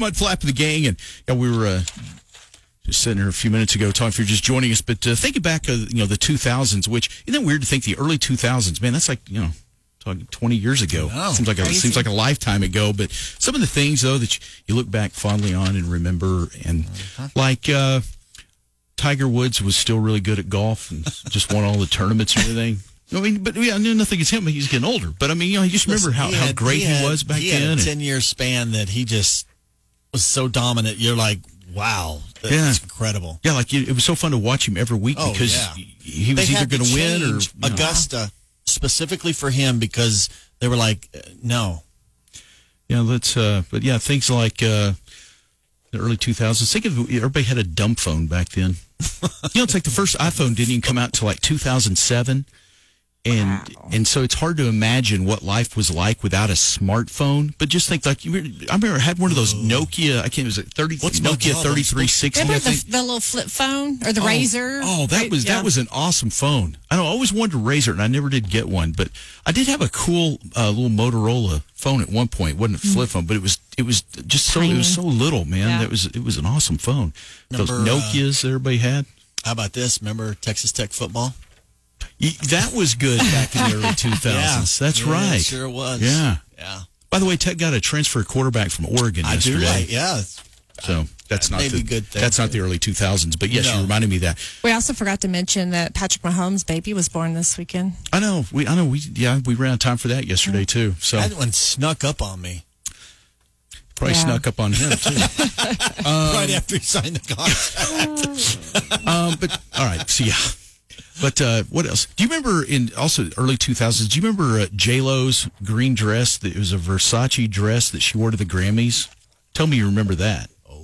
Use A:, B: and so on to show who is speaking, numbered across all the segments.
A: Mud Flap of the gang, and yeah, we were uh, just sitting here a few minutes ago talking. If you're just joining us, but uh, thinking back, uh, you know, the 2000s, which isn't it weird to think the early 2000s, man, that's like you know. Talking 20 years ago seems like a, seems like a lifetime ago, but some of the things though that you, you look back fondly on and remember, and like uh, Tiger Woods was still really good at golf and just won all the tournaments and everything. I mean, but yeah, I knew nothing against him. He's getting older, but I mean, you know, you just remember how,
B: Listen,
A: how
B: had-
A: great he,
B: had-
A: was back
B: he
A: then.
B: Had
A: and-
B: a ten year span that he just was so dominant. You're like, wow, that's
A: Yeah.
B: incredible.
A: Yeah, like it, it was so fun to watch him every week
B: Oh,
A: because
B: yeah.
A: he- he was
B: They
A: either
B: had to
A: going to win or
B: change
A: you know,
B: Augusta specifically for him because they were like, uh, no,
A: yeah. Let's, uh, but yeah, things like uh, the early 2000s. Think of everybody had a dumb phone back then. you know, it's like the first iPhone didn't even come out till like 2007, and and so it's hard to imagine what life was like without a smartphone. But just think, like you, were- I remember I had one of those Nokia. I can't was it 30
B: What's
A: Nokia
B: Nokia?
A: 3360. I
C: Remember
A: think.
C: the, the little flip phone or the razor?
A: Oh, that
C: Right?
A: was
C: Yeah.
A: that was an awesome phone. I know I always wanted a Razor, and I never did get one, but I did have a cool uh, little Motorola phone at one point. It wasn't a flip phone, but it was it was just so it was so little, man.
C: Mm. Yeah.
A: That was it was an awesome phone. Those
B: Remember, uh,
A: Nokias that everybody had.
B: how about this? Remember Texas Tech football?
A: Ye- That was good back in the early two thousands. That's
B: Yeah, it
A: right.
B: Sure was.
A: Yeah.
B: Yeah.
A: By the way, Tech got a transfer quarterback from Oregon
B: I do
A: yesterday.
B: like, yeah. it's-
A: So that's not
B: Maybe
A: the,
B: good thing.
A: That's not the early two thousands. But yes, you
B: No.
A: reminded me of that.
C: We also forgot to mention that Patrick Mahomes' baby was born this weekend.
A: I know. We I know. We yeah. We ran out of time for that yesterday too. So
B: That one snuck up on me
A: probably
C: Yeah.
A: snuck up on him too.
B: right after he signed the contract.
A: Um, but all right, so yeah. But uh, what else? Do you remember in also early two thousands? Do you remember uh, J Lo's green dress? That it was a Versace dress that she wore to the Grammys. Tell me you remember that. Oh,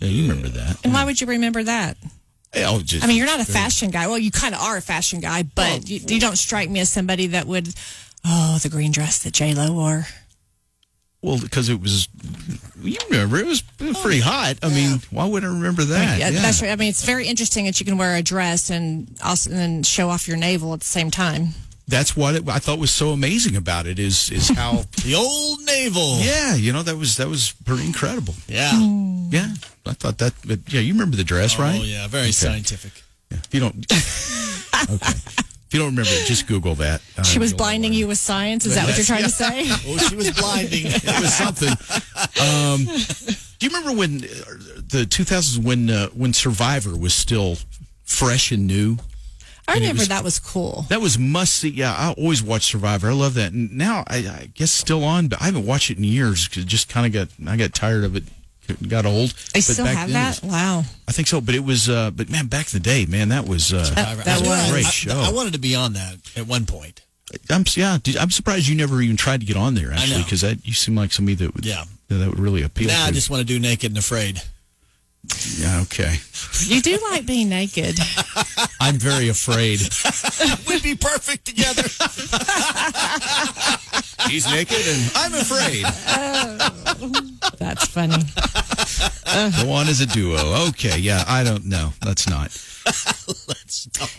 A: yeah, you remember that?
C: And why would you remember that?
A: Yeah, I'll just-
C: I mean, you're not a fashion guy. Well, you kind of are a fashion guy, but
A: Oh.
C: you, you don't strike me as somebody that would. Oh, the green dress that J Lo wore.
A: well, because it was. You remember it was pretty hot. I mean, why would I remember that?
C: Yeah, that's Oh, right. I mean, it's very interesting that you can wear a dress and also and then show off your navel at the same time.
A: That's what it, I thought was so amazing about it is is how.
B: The old naval.
A: yeah, you know that was that was pretty incredible.
B: Yeah.
A: Yeah, I thought that. But yeah, you remember the dress, right?
B: Oh, yeah. Very scientific.
A: If you don't, okay. If you don't remember it, just Google that. Uh,
C: She was
A: you'll-
C: blinding you with science. Is that what you're trying to say?
B: Oh, she was blinding.
A: It was something. Um, do you remember when uh, the 2000s when uh, when Survivor was still fresh and new?
C: I remember that was cool.
A: That was must see. Yeah, I always watch Survivor. I love that. And now I, I guess still on, but I haven't watched it in years 'cause it just kind of got I got tired of it. Got old.
C: They
A: But
C: still
A: back
C: have
A: then it
C: that.
A: was-
C: Wow.
A: I think so. But it was. Uh, but man, back in the day, man, that was. Uh,
C: That, that
B: Yeah,
C: was.
A: Great
B: I-
A: show.
B: I wanted to be on that at one point.
A: I'm yeah. Did, I'm surprised you never even tried to get on there actually,
B: know.
A: because that you seem like somebody that would
B: Yeah.
A: that, that would really appeal.
B: Now
A: to.
B: I just want to do naked and afraid.
A: yeah, okay.
C: You do like being naked.
A: I'm very afraid.
B: We'd be perfect together.
A: He's naked and I'm afraid.
C: That's funny.
A: Go on as a duo. Okay, yeah. I don't know. That's not.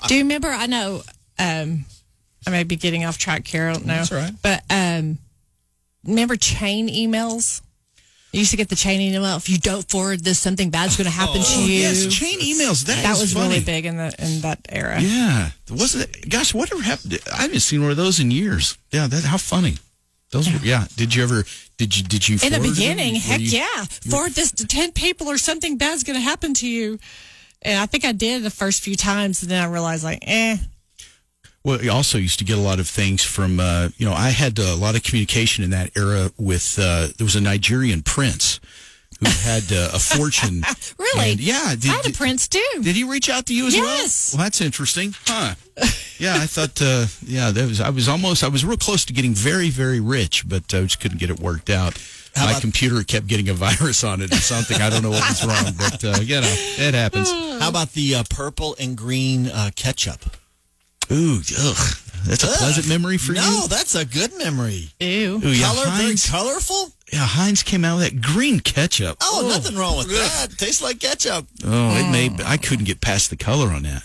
C: Do you remember? I know. Um, I may be getting off track here. I don't know.
A: That's all right.
C: But um, remember chain emails? You used to get the chain email. If you don't forward this, something bad's going to happen to you.
A: Oh, Yes, chain emails. That,
C: that
A: is
C: was
A: funny.
C: really big in the in that era.
A: Yeah, was it? Gosh, whatever happened? to- I haven't seen one of those in years. Yeah, that how funny. Those were, yeah. Did you ever? Did you? Did you?
C: In the
A: forward them?
C: beginning,
A: Were
C: heck
A: you-
C: yeah. Forward this to 10 people or something bad's going to happen to you. And I think I did the first few times. And then I realized, like, eh,
A: Well, I also used to get a lot of things from, uh, you know, I had a lot of communication in that era with, uh, there was a Nigerian prince who had uh, a fortune.
C: really?
A: And, yeah. Did,
C: I had a prince too.
A: Did he reach out to you as
C: Yes.
A: well? Well, that's interesting. Huh. Yeah, I thought, uh, yeah, that was, I was almost, I was real close to getting very, very rich, but I just couldn't get it worked out.
B: How
A: my
B: about-
A: computer kept getting a virus on it or something. I don't know what was wrong, but uh, you know, it happens.
B: How about the uh, purple and green uh, ketchup?
A: Ooh, ugh. That's a
B: Ugh.
A: pleasant memory for
B: no, that's a good memory.
C: Ew.
A: you. Ooh, yeah,
B: Color, very
A: Heinz,
B: colorful.
A: yeah, Heinz came out with that green ketchup.
B: Oh, nothing wrong with that. Tastes like ketchup.
A: Oh, it made I couldn't get past the color on that.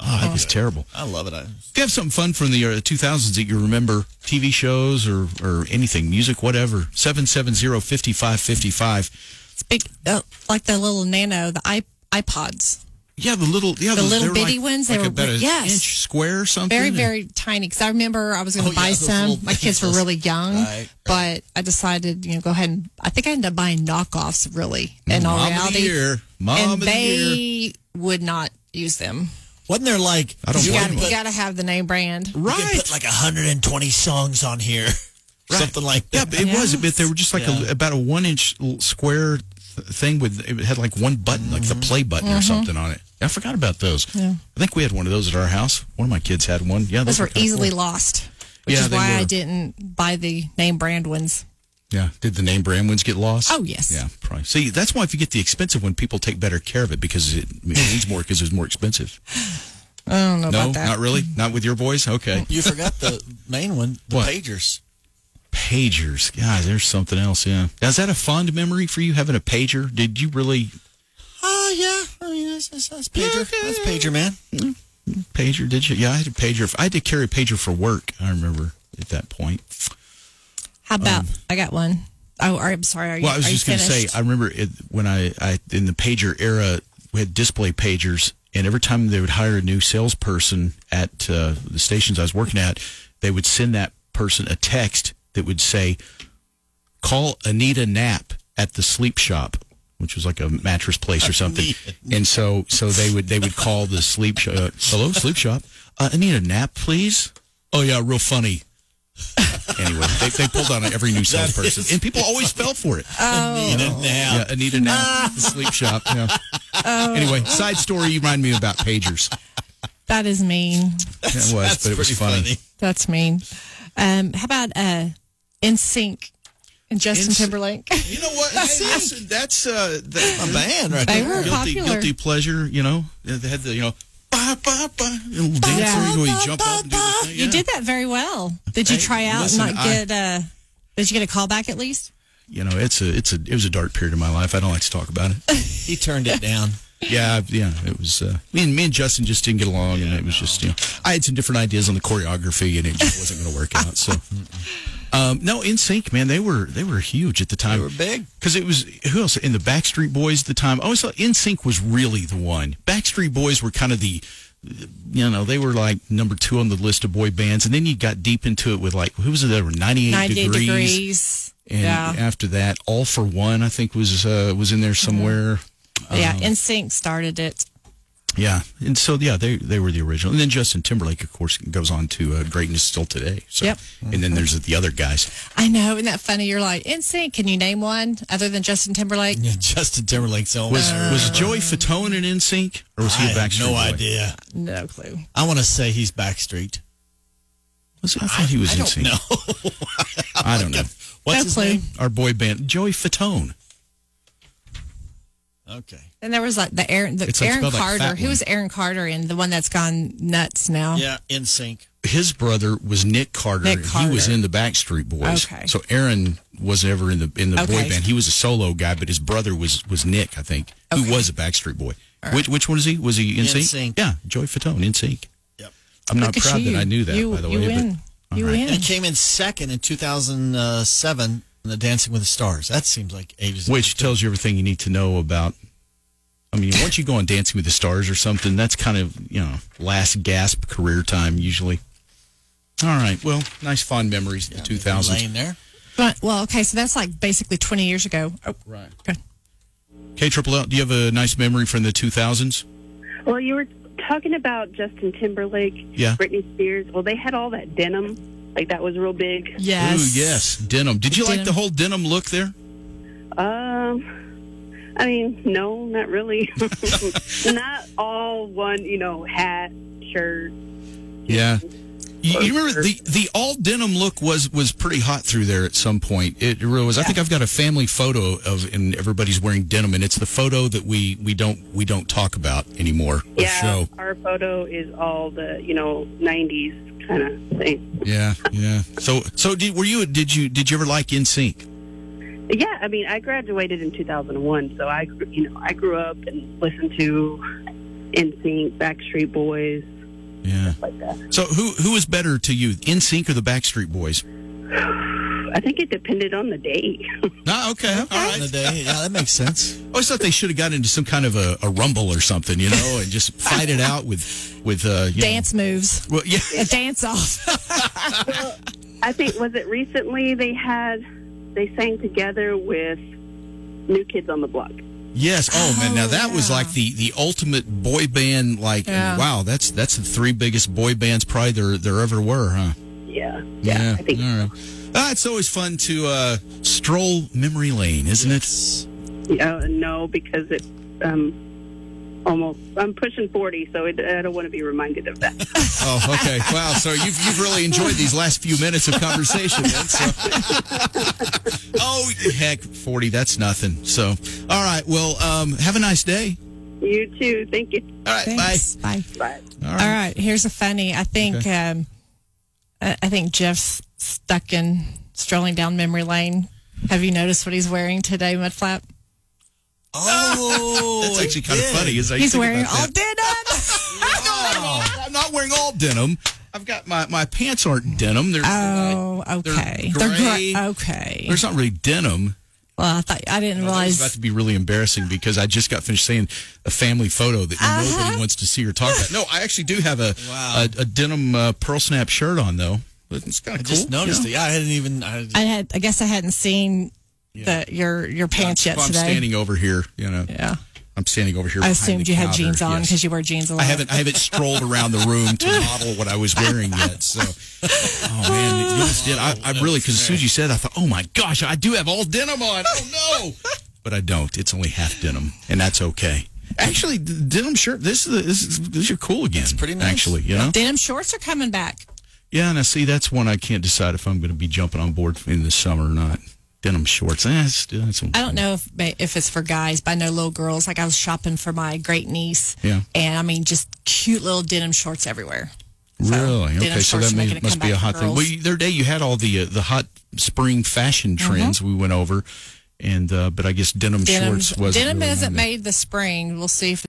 A: Oh, that was terrible.
B: I love it. I,
A: If you have something fun from the uh, 2000s that you remember, TV shows or, or anything, music, whatever, 770-5555.
C: It's big, uh, like the little nano, the iP- iPods.
A: Yeah, the little, yeah,
C: The
A: those-
C: little
A: they're like-
C: bitty ones, they
A: like
C: were
A: about
C: wi-
A: an
C: yes.
A: inch square or something.
C: Very,
A: and-
C: very tiny. Because I remember I was going to
B: Oh, yeah,
C: buy
B: those
C: some.
B: little
C: My kids were
B: things.
C: really young,
B: Right,
C: but I decided, you know, go ahead and I think I ended up buying knockoffs. Really, in all
A: Mom of the
C: reality,
A: year, mom
C: and
A: of the year.
C: they would not use them.
B: wasn't there like
A: I don't
C: You
A: blame
C: got,
A: them.
C: you got to have the name brand.
B: You could put like 120 songs on here, something like
A: Yeah,
B: that.
A: but it was a bit. They were just like a, about a one inch l- square th- thing with it had like one button, like
B: Mm-hmm.
A: the play button
C: Mm-hmm.
A: or something on it. I forgot about those. I think we had one of those at our house. One of my kids had one. Yeah,
C: Those were
A: kinda
C: easily
A: cool.
C: lost, which
A: Yeah,
C: is
A: they
C: why
A: were.
C: I didn't buy the name brand ones.
A: Yeah. Did the name brand ones get lost?
C: Oh, yes.
A: Yeah, probably. See, that's why if you get the expensive one, people take better care of it because it means more because it's more expensive.
C: I don't know
A: No,
C: about that.
A: not really. Not with your boys. Okay.
B: You forgot the main one, the
A: What?
B: pagers.
A: Pagers. God, there's something else. Yeah. Now, is that a fond memory for you having a pager? Did you really
B: Oh yeah, I mean that's, that's, that's pager.
A: Okay.
B: That's pager, man.
A: pager? Did you? Yeah, I had a pager. I had to carry a pager for work. I remember at that point.
C: How about I got one? Oh, all right, I'm sorry. Are
A: um,
C: you,
A: Well, I was
C: are you
A: just going to say,
C: finished?
A: I remember it, when I, I in the pager era we had display pagers, and every time they would hire a new salesperson at uh, the stations I was working at, they would send that person a text that would say, "Call Anita Knapp at the sleep shop." Which was like a mattress place or something, and so so they would they would call the sleep shop. Uh, Hello, sleep shop. Uh, I need a nap, please. Oh yeah, real funny. anyway, they, they pulled on every new salesperson, and people always fell for it.
B: Need a nap.
A: Yeah, Anita Knapp, the sleep shop. Yeah. Anyway, side story you remind me about pagers.
C: that is mean.
A: It was,
B: That's
A: but it was
B: pretty
A: funny.
C: That's mean. Um, how about uh, In Sync and Justin
A: NSYNC.
C: Timberlake?
A: You know what? Hey, listen, that's uh, that,
B: A band right
C: They
B: there.
C: were
A: guilty,
C: popular.
A: guilty pleasure. You know, they had the you know, ba ba ba, little dance
C: Yeah.
A: where you go, you jump up and do the thing.
C: You
A: yeah.
C: did that very well. Did you
A: Hey,
C: try out
A: listen,
C: and not
A: I-
C: get? Uh, did you get a call back at least?
A: You know, it's a it's a it was a dark period of my life. I don't like to talk about it.
B: He turned it down.
A: Yeah, I- yeah, it was. Uh, me and me and Justin just didn't get along, and it was just you know, I had some different ideas on the choreography, and it just wasn't going to work out. So, um, no, in sync, man, they were they were huge at the time.
B: They were big.
A: because it was who else in the Backstreet Boys at the time. I always thought NSYNC was really the one. Backstreet Boys were kind of the, you know, they were like number two on the list of boy bands, and then you got deep into it with like who was it? There were ninety eight
C: Ninety-eight
A: degrees,
C: degrees.
A: and
C: yeah, Mm-hmm.
A: after that, All for One, I think was uh, was in there somewhere. uh-huh.
C: yeah. In Sync started it.
A: Yeah, and so yeah, they they were the original, and then Justin Timberlake, of course, goes on to uh, greatness still today. So,
C: Yep.
A: and then there's the other guys.
C: I know. Isn't that funny? You're like In Sync. Can you name one other than Justin Timberlake?
B: Yeah, Justin Timberlake's own.
A: Was was Joey Fatone in NSYNC, or was
B: Uh, I
A: he a
B: have
A: Backstreet
B: no
A: Boy?
B: idea.
C: No clue.
B: I want to say he's Backstreet.
A: Was he- I thought he was
B: I
A: in
B: don't
A: sync.
B: know.
A: I don't know.
B: What's
C: No
B: his
C: clue.
B: name?
A: Our boy band, Joey Fatone.
B: Okay.
C: Then there was like the Aaron, the
A: It's like
C: Aaron
A: spelled like
C: Carter.
A: fat
C: Who
A: one.
C: was Aaron Carter in the one that's gone nuts now?
B: Yeah, in sync.
A: His brother was Nick Carter.
C: Nick
A: He was
C: Carter.
A: in the Backstreet Boys.
C: Okay.
A: So Aaron was never in the in the boy
C: Okay.
A: band. He was a solo guy, but his brother was was Nick, I think, who was a Backstreet Boy. Which which one is he? Was he in sync?
B: NSYNC.
A: Yeah, Joey Fatone in sync.
B: Yep.
A: I'm not
C: Look at
A: proud
C: you.
A: that I knew that.
C: You-
A: by the
C: you
A: way,
C: win.
A: but
C: You
A: all right.
C: win.
B: And it came in second in 2007 in the Dancing with the Stars. That seems like ages ago.
A: which tells you everything you need to know about. I mean, once you go on Dancing with the Stars or something, that's kind of you know last gasp career time usually. All right, well, nice fond memories of the two thousands.
B: Laying there.
C: But, well, okay, so that's like basically 20 years ago. Oh,
A: Right.
C: good.
A: K Triple L, do you have a nice memory from the two thousands?
D: Well, you were talking about Justin Timberlake,
A: Yeah.
D: Britney Spears. Well, they had all that denim, like that was real big.
C: Yes.
A: Ooh, yes, denim. Did you like
C: Denim.
A: the whole denim look there?
D: Um, I mean, no, not really. not all one, you know, hat, shirt.
A: Yeah. You, you remember the, the all denim look was was pretty hot through there at some point. It really was. I think I've got a family photo of and everybody's wearing denim, and it's the photo that we we don't we don't talk about anymore. or
D: yeah,
A: show.
D: our photo is all the you know '90s kind of thing.
A: Yeah, yeah. So so did, were you did you did you ever like In Sync?
D: Yeah, I mean, I graduated in 2001, so I gr- you know I grew up and listened to NSYNC, Backstreet Boys,
A: Yeah.
D: like that.
A: So who who is better to you, In Sync or the Backstreet Boys?
D: I think it depended on the day.
A: Ah, okay, all
B: In
A: right.
B: the day. Yeah, that makes sense.
A: I always thought they should have got into some kind of a, a rumble or something, you know, and just fight it out with with uh, you know-
C: Dance moves.
A: well, yeah.
C: A dance off.
D: I think was it recently they had they sang together with New Kids on the Block.
A: Yes. Oh, man, now
C: Oh,
A: that was
C: yeah.
A: like the the ultimate boy band. Like,
C: Yeah.
A: wow, that's that's the three biggest boy bands probably there there ever were, huh?
D: Yeah, yeah, I think
A: All right. Ah, it's always fun to uh, stroll memory lane, isn't it?
D: yeah, no because it um almost I'm pushing 40, so it, I don't want to be reminded of that.
A: Oh, okay. Wow. So you've you've really enjoyed these last few minutes of conversation. man, so. oh heck, forty. That's nothing. So, all right. Well, um, have a nice day.
D: you too. Thank you.
A: All right.
C: Thanks. Bye.
D: Bye.
A: Bye. All
C: All
A: right.
C: right. Here's a funny. I think um, I I think Jeff's stuck in strolling down memory lane. Have you noticed what he's wearing today, Mudflap?
B: Oh,
A: That's actually kind of funny. Is I
C: He's
A: think
C: wearing
A: about that. Oh,
C: all denim.
A: I'm not wearing all denim. I've got my, my pants aren't denim. They're,
C: Oh, okay.
A: They're
C: gr-
A: gray.
C: okay.
A: There's not really denim.
C: Well, I thought I didn't
A: That was about
C: realize.
A: to be really embarrassing because I just got finished saying a family photo that
C: Uh-huh.
A: nobody wants to see or talk about. No, I actually do have a
B: Wow.
A: a, a denim uh, pearl snap shirt on though. But It's kind
B: I
A: of cool.
B: just noticed
A: yeah.
B: it. Yeah, I hadn't even. I,
C: I had. I guess I hadn't seen the your your pants yet
A: Well, I'm
C: today.
A: standing over here. You know,
C: yeah.
A: I'm standing over here. behind
C: I assumed
A: the
C: you had
A: counter,
C: jeans on
A: yes.
C: because you wear jeans a lot.
A: I haven't I haven't strolled around the room to model what I was wearing yet. So, oh man, you just did. I, I really because as soon as you said, I thought, oh my gosh, I do have all denim on. Oh no, but I don't. It's only half denim, and that's okay. Actually, the denim shirt. This is this is these are cool again. It's
B: pretty nice.
A: Actually, you know.
C: Denim shorts are coming back.
A: Yeah, and I see that's one I can't decide if I'm going to be jumping on board in the summer or not. Denim shorts. Eh, it's, it's,
C: I don't know if if it's for guys, but I know little girls. Like I was shopping for my great niece,
A: Yeah.
C: and I mean, just cute little denim shorts everywhere. So,
A: Really?
C: denim
A: okay, so
C: shorts
A: that
C: are
A: means
C: making
A: it must be a
C: comeback
A: hot
C: for
A: thing. Well,
C: girls.
A: you- the other day you had all the uh, the hot spring fashion
C: Mm-hmm.
A: trends we went over, and uh, but I guess denim
C: Denim,
A: shorts was
C: denim hasn't made the spring. We'll see if